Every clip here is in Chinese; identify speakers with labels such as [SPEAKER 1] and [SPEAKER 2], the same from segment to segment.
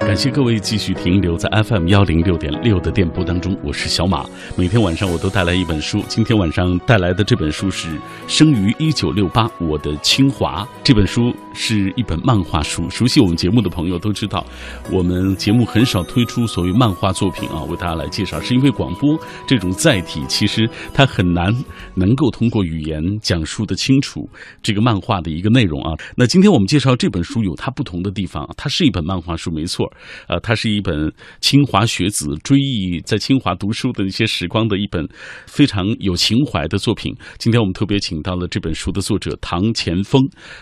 [SPEAKER 1] 感谢各位继续停留在 FM 幺零六点六的电波当中，我是小马。每天晚上我都带来一本书，今天晚上带来的这本书是《生于一九六八：我的清华》。这本书是一本漫画书，熟悉我们节目的朋友都知道，我们节目很少推出所谓漫画作品啊，为大家来介绍，是因为广播这种载体其实它很难能够通过语言讲述的清楚这个漫画的一个内容啊。那今天我们介绍这本书有它不同的地方，它是一本漫画书，没错。呃，它是一本清华学子追忆在清华读书的一些时光的一本非常有情怀的作品。今天我们特别请到了这本书的作者唐前锋，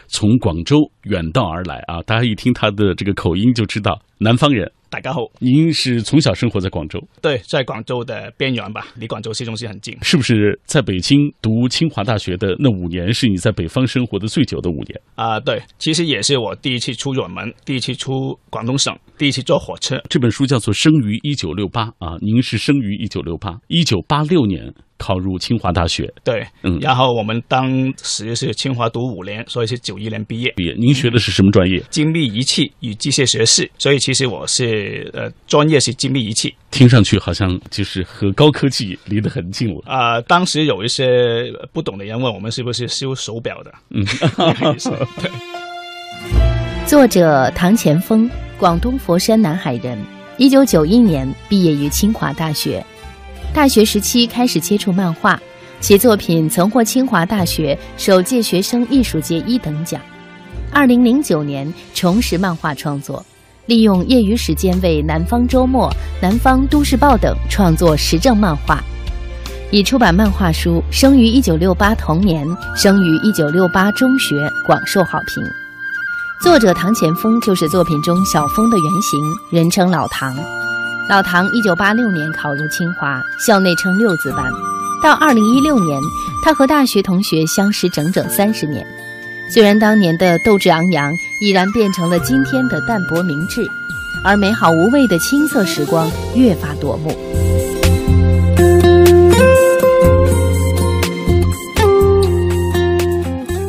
[SPEAKER 1] 从广州远道而来啊！大家一听他的这个口音就知道南方人。
[SPEAKER 2] 大家好，
[SPEAKER 1] 您是从小生活在广州，
[SPEAKER 2] 对，在广州的边缘吧，离广州市中心很近。
[SPEAKER 1] 是不是在北京读清华大学的那五年是你在北方生活的最久的五年？
[SPEAKER 2] 啊、对，其实也是我第一次出远门，第一次出广东省，第一次坐火车。
[SPEAKER 1] 这本书叫做《生于一九六八》啊，您是生于一九六八，一九八六年考入清华大学，
[SPEAKER 2] 对，
[SPEAKER 1] 嗯
[SPEAKER 2] 然后我们当时是清华读五年，所以是九一年毕业，
[SPEAKER 1] 毕业。您学的是什么专业？
[SPEAKER 2] 精密仪器与机械学士，所以其实我是呃专业是精密仪器。
[SPEAKER 1] 听上去好像就是和高科技离得很近了。
[SPEAKER 2] 啊、当时有一些不懂的人问我们是不是修手表的，
[SPEAKER 1] 嗯，
[SPEAKER 2] 那个意思对。
[SPEAKER 3] 作者唐前锋，广东佛山南海人，一九九一年毕业于清华大学。大学时期开始接触漫画，其作品曾获清华大学首届学生艺术节一等奖。二零零九年重拾漫画创作，利用业余时间为《南方周末》《南方都市报》等创作时政漫画。已出版漫画书《生于一九六八童年》《生于一九六八中学》广受好评。作者唐前锋就是作品中小峰的原型，人称老唐。老唐一九八六年考入清华，校内称六字班。到二零一六年，他和大学同学相识整整三十年。虽然当年的斗志昂扬已然变成了今天的淡泊明志，而美好无畏的青涩时光越发夺目。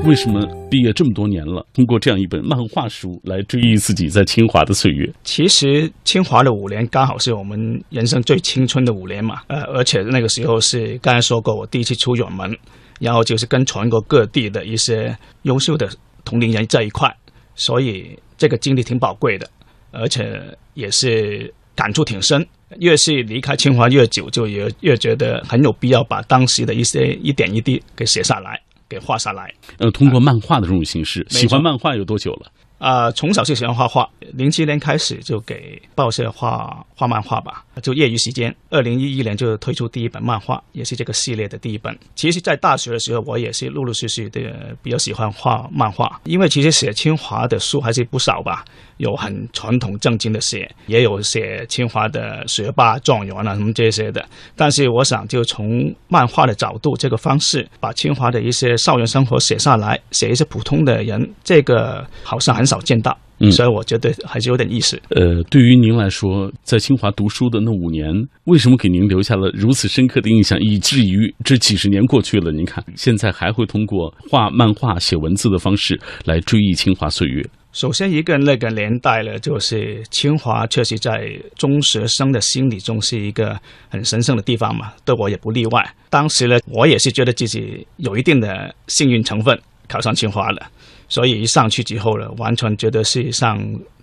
[SPEAKER 1] 为什么毕业这么多年了，通过这样一本漫画书来追忆自己在清华的岁月？
[SPEAKER 2] 其实清华的五年刚好是我们人生最青春的五年嘛，呃，而且那个时候是刚才说过，我第一次出远门，然后就是跟全国各地的一些优秀的同龄人在一块，所以这个经历挺宝贵的，而且也是感触挺深。越是离开清华越久，就越越觉得很有必要把当时的一些一点一滴给写下来，给画下来。
[SPEAKER 1] 呃，通过漫画的这种形式，
[SPEAKER 2] 错
[SPEAKER 1] 喜欢漫画有多久了？
[SPEAKER 2] 啊、从小就喜欢画画，零七年开始就给报社画画漫画吧，就业余时间。二零一一年就推出第一本漫画，也是这个系列的第一本。其实，在大学的时候，我也是陆陆续续的比较喜欢画漫画，因为其实写清华的书还是不少吧，有很传统正经的写，也有写清华的学霸状元啊什么这些的。但是我想，就从漫画的角度这个方式，把清华的一些校园生活写下来，写一些普通的人，这个好像很少见到，
[SPEAKER 1] 嗯
[SPEAKER 2] 所以我觉得还是有点意思。
[SPEAKER 1] 呃，对于您来说，在清华读书的那五年，为什么给您留下了如此深刻的印象，以至于这几十年过去了，您看现在还会通过画漫画、写文字的方式来追忆清华岁月？
[SPEAKER 2] 首先，一个那个年代呢，就是清华确实在中学生的心理中是一个很神圣的地方嘛，对我也不例外。当时呢，我也是觉得自己有一定的幸运成分，考上清华了，所以一上去之后呢，完全觉得是像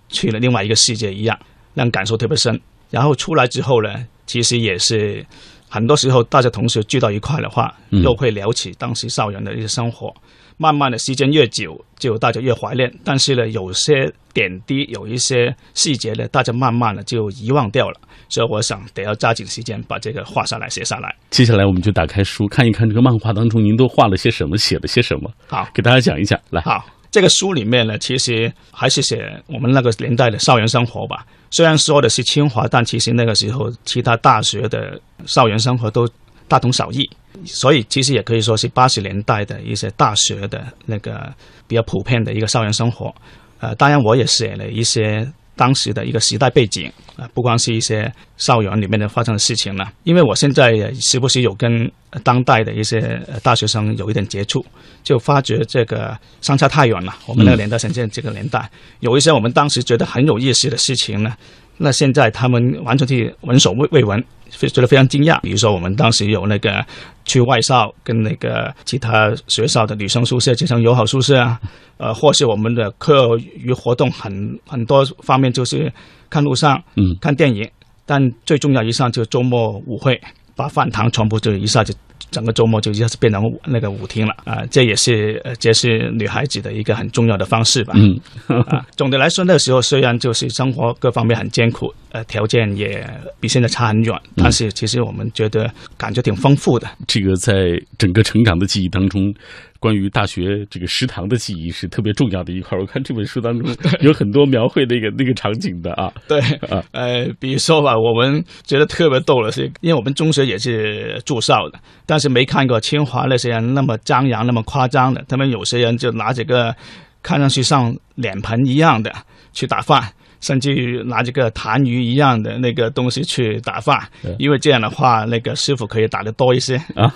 [SPEAKER 2] 去了另外一个世界一样，让感受特别深。然后出来之后呢，其实也是很多时候大家同学聚到一块的话，
[SPEAKER 1] 嗯
[SPEAKER 2] 又会聊起当时校园的一些生活。慢慢的时间越久，就大家越怀念。但是呢，有些点滴，有一些细节呢，大家慢慢的就遗忘掉了。所以我想得要抓紧时间把这个画下来、写下来。
[SPEAKER 1] 接下来我们就打开书看一看这个漫画当中您都画了些什么，写了些什么，
[SPEAKER 2] 好，
[SPEAKER 1] 给大家讲一讲。来，
[SPEAKER 2] 好，啊这个书里面呢，其实还是写我们那个年代的校园生活吧。虽然说的是清华，但其实那个时候其他大学的校园生活都大同小异，所以其实也可以说是八十年代的一些大学的那个比较普遍的一个校园生活。呃，当然我也写了一些当时的一个时代背景啊、呃不光是一些校园里面的发生的事情了，因为我现在也时不时有跟呃当代的一些呃大学生有一点接触，就发觉这个相差太远了。我们那个年代，现在这个年代，有一些我们当时觉得很有意思的事情呢，那现在他们完全是闻所未未闻，非觉得非常惊讶。比如说，我们当时有那个去外校跟那个其他学校的女生宿舍结成友好宿舍啊，呃，或是我们的课余活动很很多方面就是看录像、
[SPEAKER 1] 嗯
[SPEAKER 2] 看电影，但最重要一项就是周末舞会，把饭堂全部就一下就整个周末就一下子变成舞那个舞厅了啊、这也是呃这是女孩子的一个很重要的方式吧。
[SPEAKER 1] 嗯
[SPEAKER 2] 啊， 总的来说，那个时候虽然就是生活各方面很艰苦，呃，条件也比现在差很远，嗯但是其实我们觉得感觉挺丰富的。
[SPEAKER 1] 这个在整个成长的记忆当中，关于大学这个食堂的记忆是特别重要的一块儿。我看这本书当中有很多描绘那个那个场景的啊，
[SPEAKER 2] 对
[SPEAKER 1] 啊，
[SPEAKER 2] 呃，比如说吧，我们觉得特别逗的是，因为我们中学也是住校的，但是没看过清华那些人那么张扬、那么夸张的。他们有些人就拿着个看上去像脸盆一样的去打饭，甚至于拿着个痰盂一样的那个东西去打饭
[SPEAKER 1] 对，
[SPEAKER 2] 因为这样的话，那个师傅可以打得多一些。
[SPEAKER 1] 啊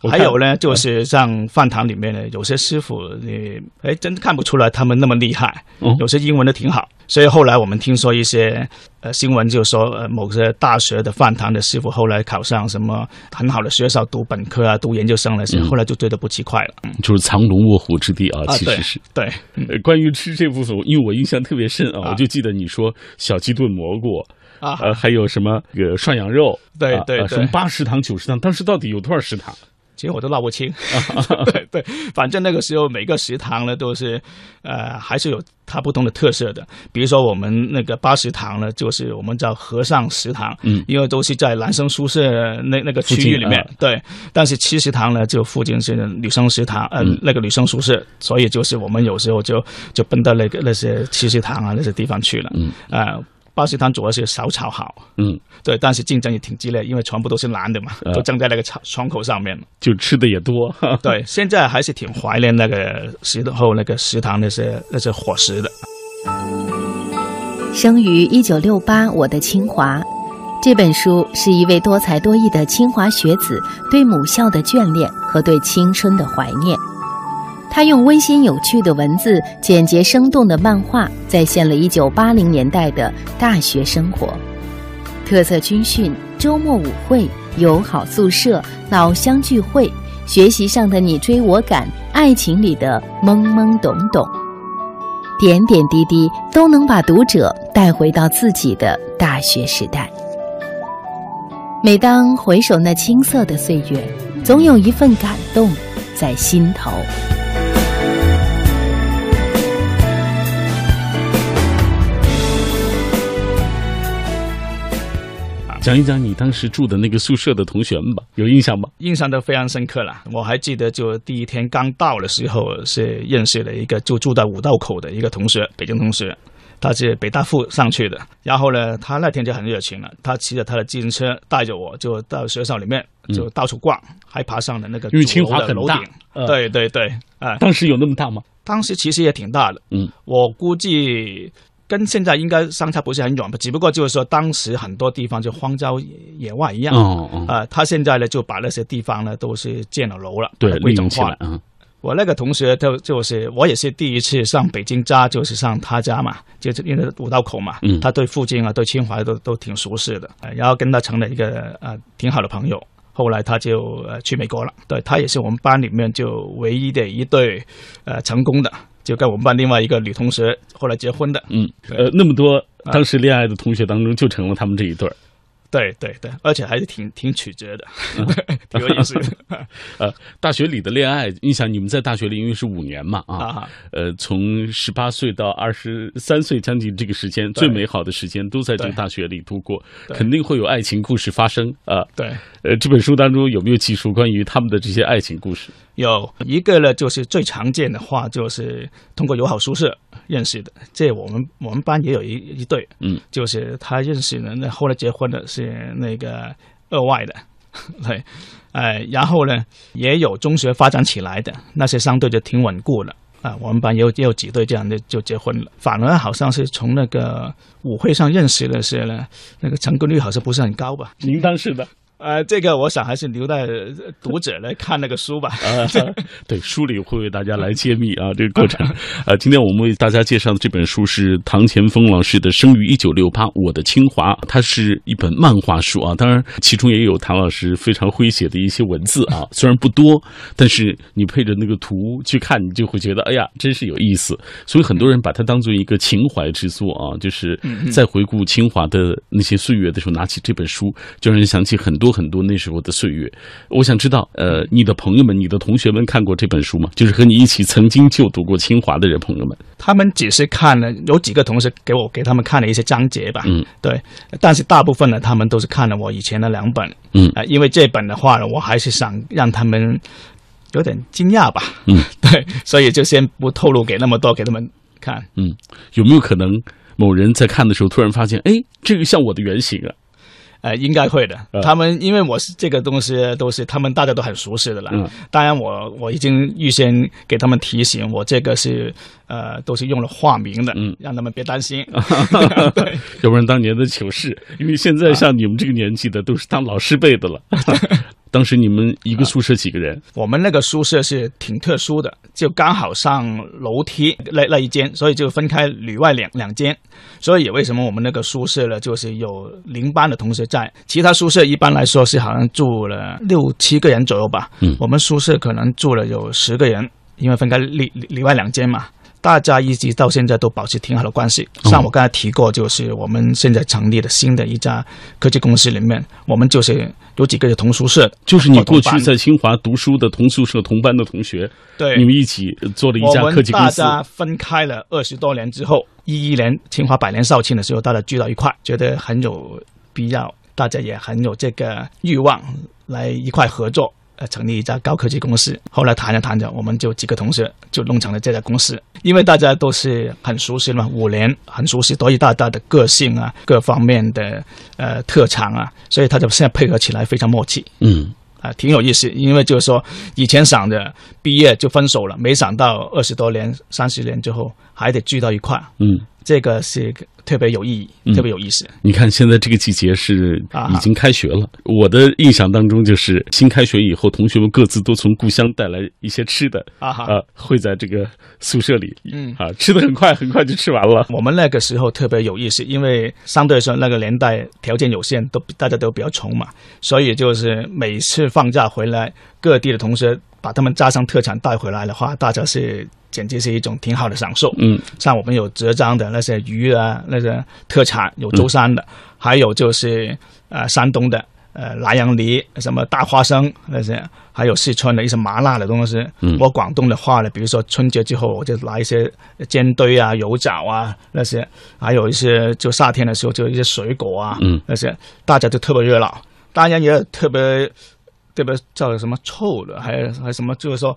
[SPEAKER 1] 我
[SPEAKER 2] 还
[SPEAKER 1] 看
[SPEAKER 2] 有呢，就是像饭堂里面呢，有些师傅，你哎，真看不出来他们那么厉害
[SPEAKER 1] 哦，
[SPEAKER 2] 有些英文的挺好。所以后来我们听说一些呃新闻，就说呃某些大学的饭堂的师傅后来考上什么很好的学校读本科啊，读研究生那些，
[SPEAKER 1] 嗯
[SPEAKER 2] 后来就觉得不奇怪了。
[SPEAKER 1] 就是藏龙卧虎之地啊，
[SPEAKER 2] 啊
[SPEAKER 1] 其实是。
[SPEAKER 2] 对，嗯
[SPEAKER 1] 呃关于吃这部分，因为我印象特别深啊，
[SPEAKER 2] 啊
[SPEAKER 1] 我就记得你说小鸡炖蘑菇，
[SPEAKER 2] 啊，
[SPEAKER 1] 呃，还有什么呃涮羊肉，
[SPEAKER 2] 对
[SPEAKER 1] 啊
[SPEAKER 2] 对
[SPEAKER 1] 啊
[SPEAKER 2] 对
[SPEAKER 1] 什么八食堂、九食堂，当时到底有多少食堂？
[SPEAKER 2] 其实我都闹 不清。对对，反正那个时候每个食堂呢都是，呃，还是有它不同的特色的。比如说我们那个八食堂呢，就是我们叫和尚食堂，
[SPEAKER 1] 嗯
[SPEAKER 2] 因为都是在男生宿舍那那个
[SPEAKER 1] 附
[SPEAKER 2] 区
[SPEAKER 1] 近
[SPEAKER 2] 域里面。
[SPEAKER 1] 啊
[SPEAKER 2] 对，但是七食堂呢，就附近是女生食堂，呃，
[SPEAKER 1] 嗯
[SPEAKER 2] 那个女生宿舍，所以就是我们有时候就就奔到那个那些七食堂啊那些地方去了。
[SPEAKER 1] 嗯，
[SPEAKER 2] 呃，八食堂主要是小炒好。
[SPEAKER 1] 嗯，
[SPEAKER 2] 对，但是竞争也挺激烈，因为全部都是男的嘛，
[SPEAKER 1] 啊
[SPEAKER 2] 都站在那个窗窗口上面。
[SPEAKER 1] 就吃的也多，哈哈
[SPEAKER 2] 对，现在还是挺怀念那个时候那个食堂那些那些伙食的。
[SPEAKER 3] 生于一九六八，我的清华。这本书是一位多才多艺的清华学子对母校的眷恋和对青春的怀念。他用温馨有趣的文字、简洁生动的漫画，再现了1980年代的大学生活：特色军训、周末舞会、友好宿舍、老乡聚会、学习上的你追我赶、爱情里的懵懵懂懂。点点滴滴都能把读者带回到自己的大学时代。每当回首那青涩的岁月，总有一份感动在心头。
[SPEAKER 1] 讲一讲你当时住的那个宿舍的同学们吧，有印象吗？
[SPEAKER 2] 印象都非常深刻了。我还记得，就第一天刚到的时候，是认识了一个就住在五道口的一个同学，北京同学，他是北大附上去的。然后呢，他那天就很热情了，他骑着他的自行车带着我就到学校里面就到处逛，还爬上了那个
[SPEAKER 1] 因为清华
[SPEAKER 2] 主楼的
[SPEAKER 1] 很
[SPEAKER 2] 楼
[SPEAKER 1] 大
[SPEAKER 2] 顶。
[SPEAKER 1] 呃，
[SPEAKER 2] 对对对，啊、
[SPEAKER 1] 当时有那么大吗？
[SPEAKER 2] 当时其实也挺大的，
[SPEAKER 1] 嗯，
[SPEAKER 2] 我估计跟现在应该相差不是很远吧，只不过就是说当时很多地方就荒郊野外一样。
[SPEAKER 1] 哦哦，
[SPEAKER 2] 啊、他现在呢就把那些地方呢都是建了楼了，
[SPEAKER 1] 对，
[SPEAKER 2] 把它规
[SPEAKER 1] 利
[SPEAKER 2] 整
[SPEAKER 1] 用起
[SPEAKER 2] 化
[SPEAKER 1] 来
[SPEAKER 2] 了。
[SPEAKER 1] 啊，
[SPEAKER 2] 我那个同学就就是我也是第一次上北京家，就是上他家嘛，就是因为五道口嘛，
[SPEAKER 1] 嗯
[SPEAKER 2] 他对附近啊对清华都都挺熟悉的，呃然后跟他成了一个呃挺好的朋友。后来他就呃去美国了，对他也是我们班里面就唯一的一对呃成功的，就跟我们班另外一个女同学后来结婚的，
[SPEAKER 1] 嗯，
[SPEAKER 2] 对啊
[SPEAKER 1] 呃，那么多当时恋爱的同学当中，就成了他们这一对儿。
[SPEAKER 2] 对对对，而且还是挺挺曲折的，
[SPEAKER 1] 啊
[SPEAKER 2] 挺有意思的
[SPEAKER 1] 呃，大学里的恋爱，你想你们在大学里因为是五年嘛 啊，
[SPEAKER 2] 啊。
[SPEAKER 1] 呃，从十八岁到二十三岁，将近这个时间，
[SPEAKER 2] 对
[SPEAKER 1] 最美好的时间都在这个
[SPEAKER 2] 对
[SPEAKER 1] 大学里度过，
[SPEAKER 2] 对
[SPEAKER 1] 肯定会有爱情故事发生啊。
[SPEAKER 2] 对，
[SPEAKER 1] 呃，这本书当中有没有记述关于他们的这些爱情故事？
[SPEAKER 2] 有一个呢，就是最常见的话，就是通过友好宿舍认识的。这我们我们班也有一一对，
[SPEAKER 1] 嗯，
[SPEAKER 2] 就是他认识的，那后来结婚的是那个二外的， 对，呃，然后呢，也有中学发展起来的，那些相对就挺稳固的。啊，我们班也有也有几对这样的就结婚了，反而好像是从那个舞会上认识的是呢，那个成功率好像不是很高吧？
[SPEAKER 1] 您当时的
[SPEAKER 2] 呃，这个我想还是留待读者来看那个书吧。
[SPEAKER 1] 啊， 对，书里会为大家来揭秘啊这个过程。啊，今天我们为大家介绍的这本书是唐前锋老师的《生于一九六八，我的清华》，它是一本漫画书啊，当然其中也有唐老师非常诙谐的一些文字啊，虽然不多，但是你配着那个图去看，你就会觉得哎呀，真是有意思。所以很多人把它当做一个情怀之作啊，就是在回顾清华的那些岁月的时候，拿起这本书，就让人想起很多很多那时候的岁月。我想知道，呃，你的朋友们、你的同学们看过这本书吗？就是和你一起曾经就读过清华的人，朋友们。
[SPEAKER 2] 他们只是看了，有几个同事给我给他们看了一些章节吧，
[SPEAKER 1] 嗯，
[SPEAKER 2] 对，但是大部分呢，他们都是看了我以前的两本，
[SPEAKER 1] 嗯
[SPEAKER 2] 呃，因为这本的话呢，我还是想让他们有点惊讶吧，
[SPEAKER 1] 嗯，
[SPEAKER 2] 对，所以就先不透露给那么多给他们看，
[SPEAKER 1] 有没有可能某人在看的时候突然发现，哎，这个像我的原型啊？
[SPEAKER 2] 呃，应该会的
[SPEAKER 1] 嗯。
[SPEAKER 2] 他们因为我是这个东西都是他们大家都很熟悉的了。
[SPEAKER 1] 嗯
[SPEAKER 2] 当然我我已经预先给他们提醒，我这个是呃都是用了化名的，
[SPEAKER 1] 嗯
[SPEAKER 2] 让他们别 担心。对
[SPEAKER 1] 要不然当年的糗事，因为现在像你们这个年纪的都是当老师辈的了。 当时你们一个宿舍几个人？
[SPEAKER 2] 我们那个宿舍是挺特殊的，就刚好上楼梯那那一间，所以就分开里外两两间。所以也为什么我们那个宿舍呢，就是有邻班的同学在，其他宿舍一般来说是好像住了六七个人左右吧，
[SPEAKER 1] 嗯
[SPEAKER 2] 我们宿舍可能住了有十个人，因为分开里里里外两间嘛。大家一直到现在都保持挺好的关系。
[SPEAKER 1] 哦
[SPEAKER 2] 像我刚才提过，就是我们现在成立的新的一家科技公司里面，我们就是有几个是同宿舍的，
[SPEAKER 1] 就是你过
[SPEAKER 2] 我
[SPEAKER 1] 去
[SPEAKER 2] 同班
[SPEAKER 1] 在清华读书的同宿舍、同班的同学，
[SPEAKER 2] 对，
[SPEAKER 1] 你们一起做了一
[SPEAKER 2] 我
[SPEAKER 1] 家
[SPEAKER 2] 们
[SPEAKER 1] 科技公司
[SPEAKER 2] 大。家分开了二十多年之后，一一年清华百年校庆的时候，大家聚到一块，觉得很有必要，大家也很有这个欲望来一块合作。呃，成立一家高科技公司，后来谈着谈着，我们就几个同事就弄成了这家公司，因为大家都是很熟悉嘛，五年很熟悉，所以大家的个性啊，各方面的呃特长啊，所以他就现在配合起来非常默契。
[SPEAKER 1] 嗯，
[SPEAKER 2] 啊，挺有意思，因为就是说，以前想着毕业就分手了，没想到二十多年、三十年之后还得聚到一块儿，
[SPEAKER 1] 嗯，
[SPEAKER 2] 这个是特别有意义，
[SPEAKER 1] 嗯
[SPEAKER 2] 特别有意思。
[SPEAKER 1] 你看现在这个季节是
[SPEAKER 2] 啊
[SPEAKER 1] 已经开学了，我的印象当中就是新开学以后，同学们各自都从故乡带来一些吃的，
[SPEAKER 2] 啊哈
[SPEAKER 1] 啊，会在这个宿舍里，
[SPEAKER 2] 嗯
[SPEAKER 1] 啊，吃的很快， 很快就吃完了。
[SPEAKER 2] 我们那个时候特别有意思，因为相对来说那个年代条件有限，都大家都比较穷嘛，所以就是每次放假回来，各地的同学把他们家乡特产带回来的话，大家是简直是一种挺好的享受。
[SPEAKER 1] 嗯，
[SPEAKER 2] 像我们有浙江的那些鱼啊，那些特产，有舟山
[SPEAKER 1] 嗯
[SPEAKER 2] 的，还有就是呃山东的呃南洋梨，什么大花生那些，还有四川的一些麻辣的东西。
[SPEAKER 1] 嗯
[SPEAKER 2] 我广东的话呢，比如说春节之后，我就拿一些煎堆啊、油枣啊那些，还有一些就夏天的时候就一些水果啊，
[SPEAKER 1] 嗯
[SPEAKER 2] 那些大家就特别热闹，当然也有特别。特别叫什么臭的，还有还有什么，就是说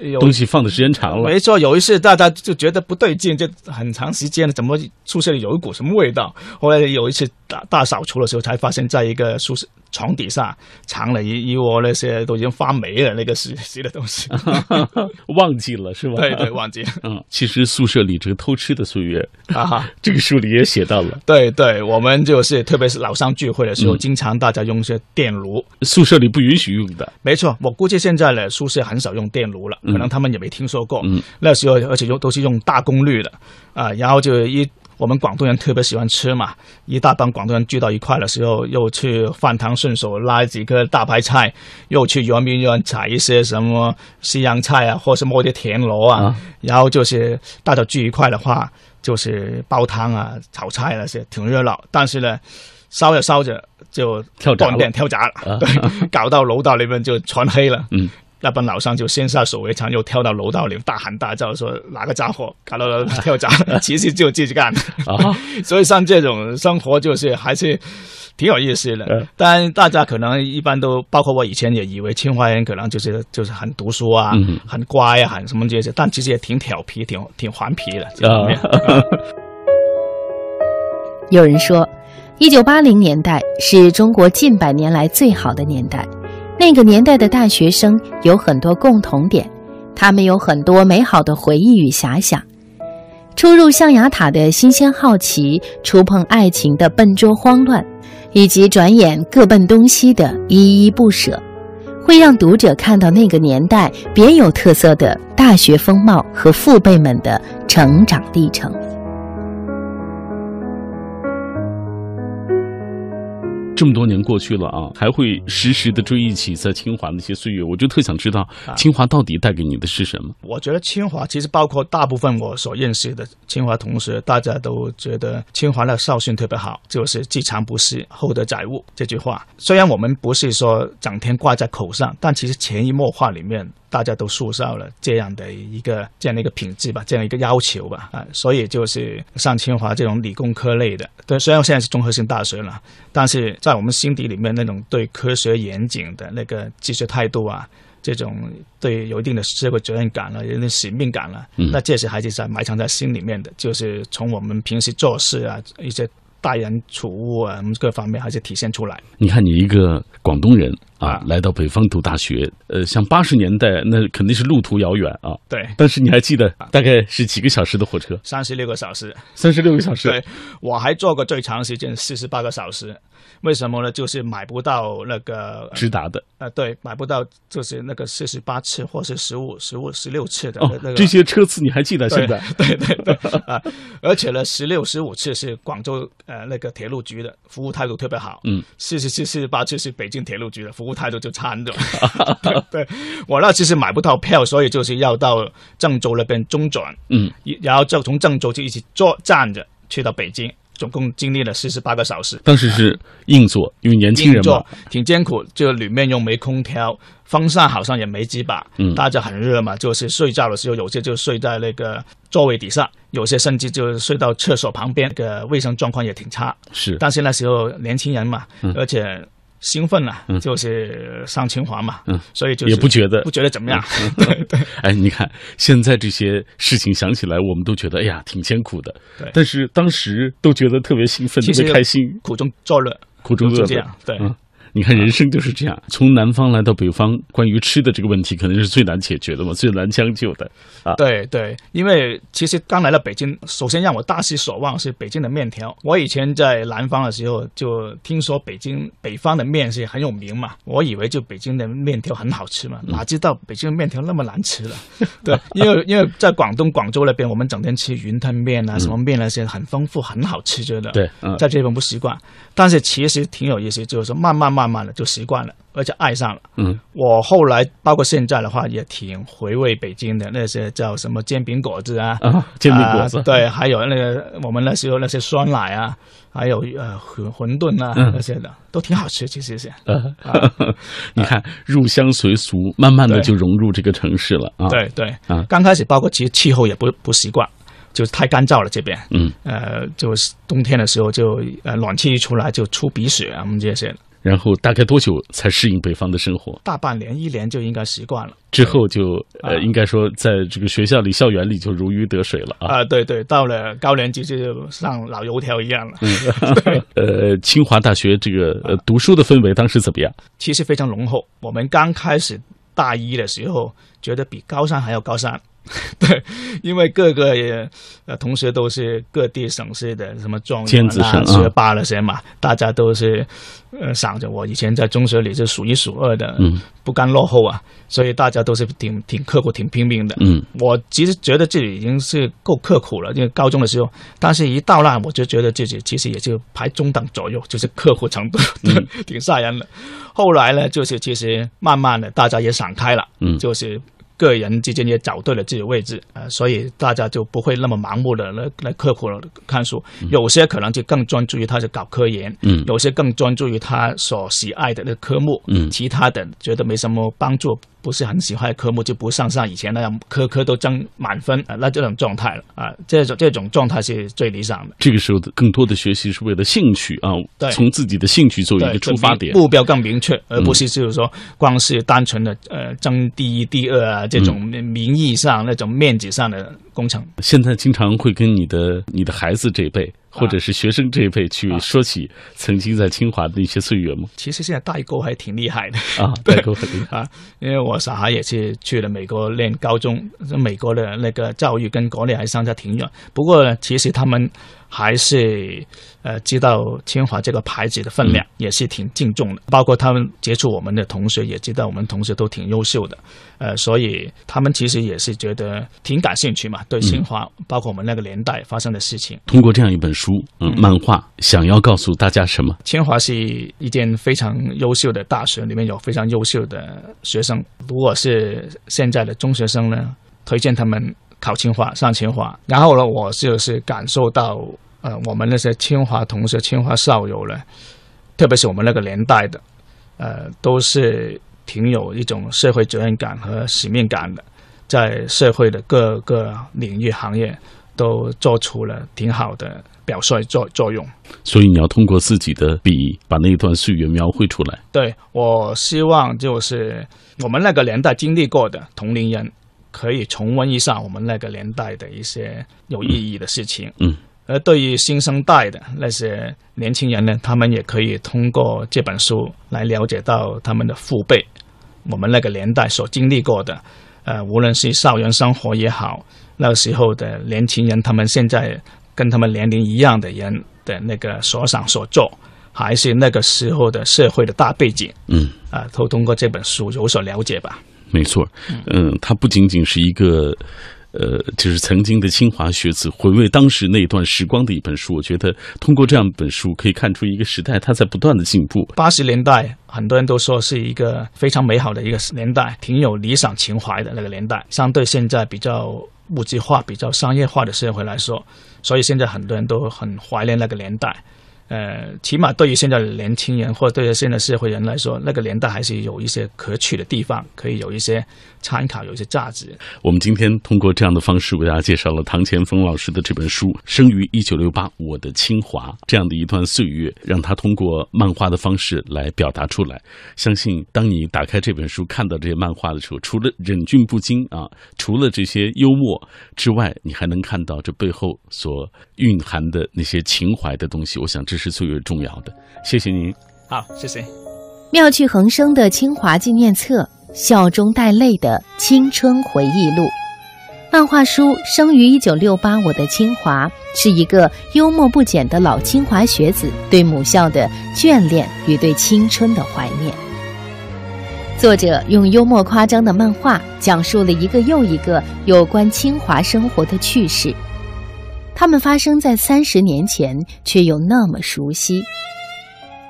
[SPEAKER 2] 有
[SPEAKER 1] 东西放的时间长了，
[SPEAKER 2] 没错，有一次大家就觉得不对劲，就很长时间了，怎么宿舍里有一股什么味道？后来有一次大大扫除的时候，才发现在一个宿舍床底下藏了一一窝那些都已经发霉了那个湿湿的东西。
[SPEAKER 1] 忘记了是吧？
[SPEAKER 2] 对对，忘记了
[SPEAKER 1] 嗯，其实宿舍里这个偷吃的岁月，
[SPEAKER 2] 啊哈。
[SPEAKER 1] 这个书里也写到了。
[SPEAKER 2] 对对，我们就是特别是老乡聚会的时候，
[SPEAKER 1] 嗯
[SPEAKER 2] 经常大家用一些电炉。
[SPEAKER 1] 宿舍里不允许用的。
[SPEAKER 2] 没错，我估计现在的宿舍很少用电炉了，可能他们也没听说过。
[SPEAKER 1] 嗯
[SPEAKER 2] 那时候而且用都是用大功率的啊、然后就一我们广东人特别喜欢吃嘛，一大帮广东人聚到一块的时候，又去饭堂顺手拉几个大白菜，又去圆明园采一些什么西洋菜啊，或是摸些田螺啊，
[SPEAKER 1] 啊
[SPEAKER 2] 然后就是大家聚一块的话，就是煲汤啊、炒菜那些，挺热闹。但是呢，烧着烧着就
[SPEAKER 1] 跳闸了
[SPEAKER 2] 断电跳闸了，
[SPEAKER 1] 啊
[SPEAKER 2] 对，搞到楼道里面就全黑了。
[SPEAKER 1] 嗯。
[SPEAKER 2] 那帮老乡就先下手为强，又跳到楼道里大喊大叫说哪个家伙搞到跳闸，其实就自己 干。
[SPEAKER 1] 啊，
[SPEAKER 2] 所以像这种生活就是还是挺有意思
[SPEAKER 1] 嗯
[SPEAKER 2] 的。当然，大家可能一般都包括我以前也以为清华人可能就是就是很读书啊，
[SPEAKER 1] 嗯
[SPEAKER 2] 很乖啊，很什么这些，但其实也挺调皮，挺挺顽皮的。这方面
[SPEAKER 1] 啊，
[SPEAKER 3] 有人说，一九八零年代是中国近百年来最好的年代。那个年代的大学生有很多共同点，他们有很多美好的回忆与遐想。初入象牙塔的新鲜好奇，触碰爱情的笨拙慌乱，以及转眼各奔东西的依依不舍，会让读者看到那个年代别有特色的大学风貌和父辈们的成长历程。
[SPEAKER 1] 这么多年过去了啊，还会时时的追忆起在清华那些岁月，我就特想知道
[SPEAKER 2] 啊
[SPEAKER 1] 清华到底带给你的是什么。
[SPEAKER 2] 我觉得清华其实包括大部分我所认识的清华同学，大家都觉得清华的校训特别好，就是“既藏不失，厚德载物”这句话。虽然我们不是说整天挂在口上，但其实潜移默化里面，大家都塑造了这样的一个这样的一个品质吧，这样一个要求吧啊。所以就是上清华这种理工科类的，对，虽然现在是综合性大学了，但是在我们心底里面那种对科学严谨的那个技术态度啊，这种对有一定的社会责任感了，有一定使命感了，
[SPEAKER 1] 嗯
[SPEAKER 2] 那这些还是在埋藏在心里面的，就是从我们平时做事啊，一些待人处物啊，我们各方面还是体现出来。
[SPEAKER 1] 你看，你一个广东人啊
[SPEAKER 2] 啊，
[SPEAKER 1] 来到北方读大学，呃，像八十年代那肯定是路途遥远啊，
[SPEAKER 2] 对，
[SPEAKER 1] 但是你还记得大概是几个小时的火车？
[SPEAKER 2] 三十六个小时，
[SPEAKER 1] 啊 三十六个小时。
[SPEAKER 2] 对我还做过最长时间四十八个小时，为什么呢？就是买不到那个
[SPEAKER 1] 直达的
[SPEAKER 2] 呃，对，买不到就是那个四十八次或是十五、十五、十六次的
[SPEAKER 1] 哦
[SPEAKER 2] 那那个、，
[SPEAKER 1] 这些车次你还记得？
[SPEAKER 2] 对
[SPEAKER 1] 现在
[SPEAKER 2] 对对对啊！而且呢，十六、十五次是广州呃那个铁路局的服务态度特别好，
[SPEAKER 1] 嗯，
[SPEAKER 2] 四十次、四十八次是北京铁路局的服务态度就差 很多。对对，我那次是买不到票，所以就是要到郑州那边中转，
[SPEAKER 1] 嗯，
[SPEAKER 2] 然后就从郑州就一起坐站着去到北京，总共经历了四十八个小时。
[SPEAKER 1] 当时是硬座，因为年轻人嘛
[SPEAKER 2] 做，挺艰苦，就里面又没空调，风扇好像也没几把，
[SPEAKER 1] 嗯
[SPEAKER 2] 大家很热嘛，就是睡觉的时候，有些就睡在那个座位底下，有些甚至就睡到厕所旁边，那个卫生状况也挺差。
[SPEAKER 1] 是
[SPEAKER 2] 但是那时候年轻人嘛，
[SPEAKER 1] 嗯
[SPEAKER 2] 而且兴奋啊，
[SPEAKER 1] 嗯
[SPEAKER 2] 就是上清华嘛，
[SPEAKER 1] 嗯
[SPEAKER 2] 所以就是
[SPEAKER 1] 也不觉得
[SPEAKER 2] 不觉得怎么样，对 对
[SPEAKER 1] 哎，你看现在这些事情想起来，我们都觉得哎呀挺艰苦的
[SPEAKER 2] 对，
[SPEAKER 1] 但是当时都觉得特别兴奋，特
[SPEAKER 2] 其实
[SPEAKER 1] 别开心，
[SPEAKER 2] 苦中作乐，
[SPEAKER 1] 苦中
[SPEAKER 2] 就
[SPEAKER 1] 作
[SPEAKER 2] 这
[SPEAKER 1] 乐。
[SPEAKER 2] 样，啊对。
[SPEAKER 1] 嗯你看，人生就是这样，从南方来到北方，关于吃的这个问题，可能是最难解决的嘛，最难将就的。
[SPEAKER 2] 对对，因为其实刚来到北京，首先让我大失所望是北京的面条。我以前在南方的时候就听说北京北方的面是很有名嘛，我以为就北京的面条很好吃嘛，哪知道北京的面条那么难吃了。 对，因为因为在广东广州那边，我们整天吃云吞面啊，什么面那些很丰富，很好吃，觉得。
[SPEAKER 1] 对，嗯，
[SPEAKER 2] 在这边不习惯，但是其实挺有意思，就是说慢慢慢慢的就习惯了，而且爱上了。
[SPEAKER 1] 嗯，
[SPEAKER 2] 我后来包括现在的话，也挺回味北京的那些叫什么煎饼果子啊。
[SPEAKER 1] 啊，煎饼果
[SPEAKER 2] 啊
[SPEAKER 1] 子，
[SPEAKER 2] 对，还有那个我们那时候那些酸奶啊，还有呃馄馄饨啊、
[SPEAKER 1] 嗯
[SPEAKER 2] 那些的，都挺好吃，其实是。
[SPEAKER 1] 呃你看入乡随俗，慢慢的
[SPEAKER 2] 啊对
[SPEAKER 1] 就融入这个城市了啊。，
[SPEAKER 2] 对对
[SPEAKER 1] 啊，
[SPEAKER 2] 刚开始包括其实气候也不不习惯，就是太干燥了这边。
[SPEAKER 1] 嗯，
[SPEAKER 2] 呃，就是冬天的时候就呃暖气一出来就出鼻血啊，我们这些
[SPEAKER 1] 然后大概多久才适应北方的生活？
[SPEAKER 2] 大半年一年就应该习惯了。
[SPEAKER 1] 之后就呃，
[SPEAKER 2] 啊
[SPEAKER 1] 应该说在这个学校里、校园里就如鱼得水了啊。
[SPEAKER 2] 啊，对对，到了高年级就像老油条一样了，
[SPEAKER 1] 嗯 呃，清华大学这个呃读书的氛围当时怎么样？
[SPEAKER 2] 其实非常浓厚。我们刚开始大一的时候，觉得比高三还要高三。 对，因为各个也呃同学都是各地省市的什么状元
[SPEAKER 1] 尖子生
[SPEAKER 2] 啊、
[SPEAKER 1] 啊
[SPEAKER 2] 学霸那些嘛，大家都是呃想着我以前在中学里是数一数二的，
[SPEAKER 1] 嗯
[SPEAKER 2] 不甘落后啊，所以大家都是挺挺刻苦、挺拼命的。
[SPEAKER 1] 嗯，
[SPEAKER 2] 我其实觉得自己已经是够刻苦了，因为高中的时候，但是一到那我就觉得自己其实也就排中等左右，就是刻苦程度对， 挺吓人的。后来呢，就是其实慢慢的大家也想开了，
[SPEAKER 1] 嗯
[SPEAKER 2] 就是个人之间也找对了自己的位置，呃，所以大家就不会那么盲目的来来刻苦了看书，有些可能就更专注于他是搞科研，
[SPEAKER 1] 嗯
[SPEAKER 2] 有些更专注于他所喜爱的那个科目，
[SPEAKER 1] 嗯
[SPEAKER 2] 其他的觉得没什么帮助，不是很喜欢的科目，就不像像以前那样科科都争满分啊，那这种状态了啊，这种这种状态是最理想的，
[SPEAKER 1] 这个时候的更多的学习是为了兴趣啊
[SPEAKER 2] 对，
[SPEAKER 1] 从自己的兴趣作为一
[SPEAKER 2] 对，
[SPEAKER 1] 个出发点嗯
[SPEAKER 2] 就明目标更明确，而不是就是说光是单纯的呃争第一、第二啊，这种
[SPEAKER 1] 嗯
[SPEAKER 2] 名义上、那种面子上的工程。
[SPEAKER 1] 现在经常会跟你的你的孩子这一辈，或
[SPEAKER 2] 啊
[SPEAKER 1] 者是学生这一辈去说起曾经在清华的一些岁月吗？
[SPEAKER 2] 其实现在代沟还挺厉害的
[SPEAKER 1] 啊，代沟很厉害
[SPEAKER 2] 啊，因为我小孩也是去了美国念高中，美国的那个教育跟国内还相差挺远。不过呢，其实他们还是呃知道清华这个牌子的分量，也是挺敬重的。包括他们接触我们的同学，也知道我们同学都挺优秀的，呃，所以他们其实也是觉得挺感兴趣嘛，对清华，包括我们那个年代发生的事情。
[SPEAKER 1] 通过这样一本书，嗯，漫画，想要告诉大家什么？
[SPEAKER 2] 清华是一间非常优秀的大学，里面有非常优秀的学生。如果是现在的中学生呢，推荐他们考清华、上清华。然后呢，我就是感受到，呃，我们那些清华同学、清华校友呢，特别是我们那个年代的，呃，都是挺有一种社会责任感和使命感的，在社会的各个领域、行业都做出了挺好的表率作作用。
[SPEAKER 1] 所以你要通过自己的笔，把那一段岁月描绘出来。
[SPEAKER 2] 对我希望就是我们那个年代经历过的同龄人，可以重温一下我们那个年代的一些有意义的事情。
[SPEAKER 1] 嗯，
[SPEAKER 2] 而对于新生代的那些年轻人呢，他们也可以通过这本书来了解到他们的父辈，我们那个年代所经历过的，呃，无论是校园生活也好，那时候的年轻人，他们现在跟他们年龄一样的人的那个所想所做，还是那个时候的社会的大背景。
[SPEAKER 1] 嗯。
[SPEAKER 2] 啊，都通过这本书有所了解吧。
[SPEAKER 1] 没错，嗯，他不仅仅是一个，呃，就是曾经的清华学子回味当时那段时光的一本书。我觉得通过这样一本书，可以看出一个时代它在不断的进步。
[SPEAKER 2] 八十年代，很多人都说是一个非常美好的一个年代，挺有理想情怀的那个年代。相对现在比较物质化、比较商业化的社会来说，所以现在很多人都很怀念那个年代。呃，起码对于现在的年轻人或者对于现在社会人来说，那个年代还是有一些可取的地方，可以有一些参考，有一些价值。
[SPEAKER 1] 我们今天通过这样的方式为大家介绍了唐前锋老师的这本书《生于一九六八，我的清华》这样的一段岁月，让他通过漫画的方式来表达出来。相信当你打开这本书看到这些漫画的时候，除了忍俊不禁啊，除了这些幽默之外，你还能看到这背后所蕴含的那些情怀的东西。我想这是最为重要的。谢谢您。
[SPEAKER 2] 好，谢谢。
[SPEAKER 3] 妙趣横生的清华纪念册，笑中带泪的青春回忆录。漫画书《生于一九六八，我的清华》是一个幽默不减的老清华学子对母校的眷恋与对青春的怀念。作者用幽默夸张的漫画，讲述了一个又一个有关清华生活的趣事。它们发生在三十年前，却又那么熟悉。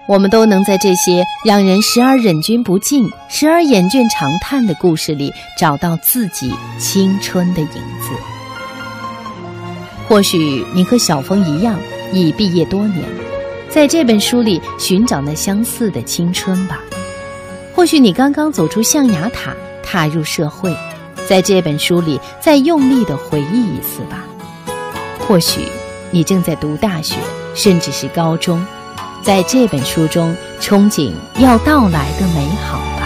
[SPEAKER 3] 我们都能在这些让人时而忍俊不禁、时而掩卷长叹的故事里，找到自己青春的影子。或许你和小峰一样，已毕业多年，在这本书里寻找那相似的青春吧。或许你刚刚走出象牙塔，踏入社会，在这本书里再用力的回忆一次吧。或许你正在读大学，甚至是高中，在这本书中憧憬要到来的美好吧。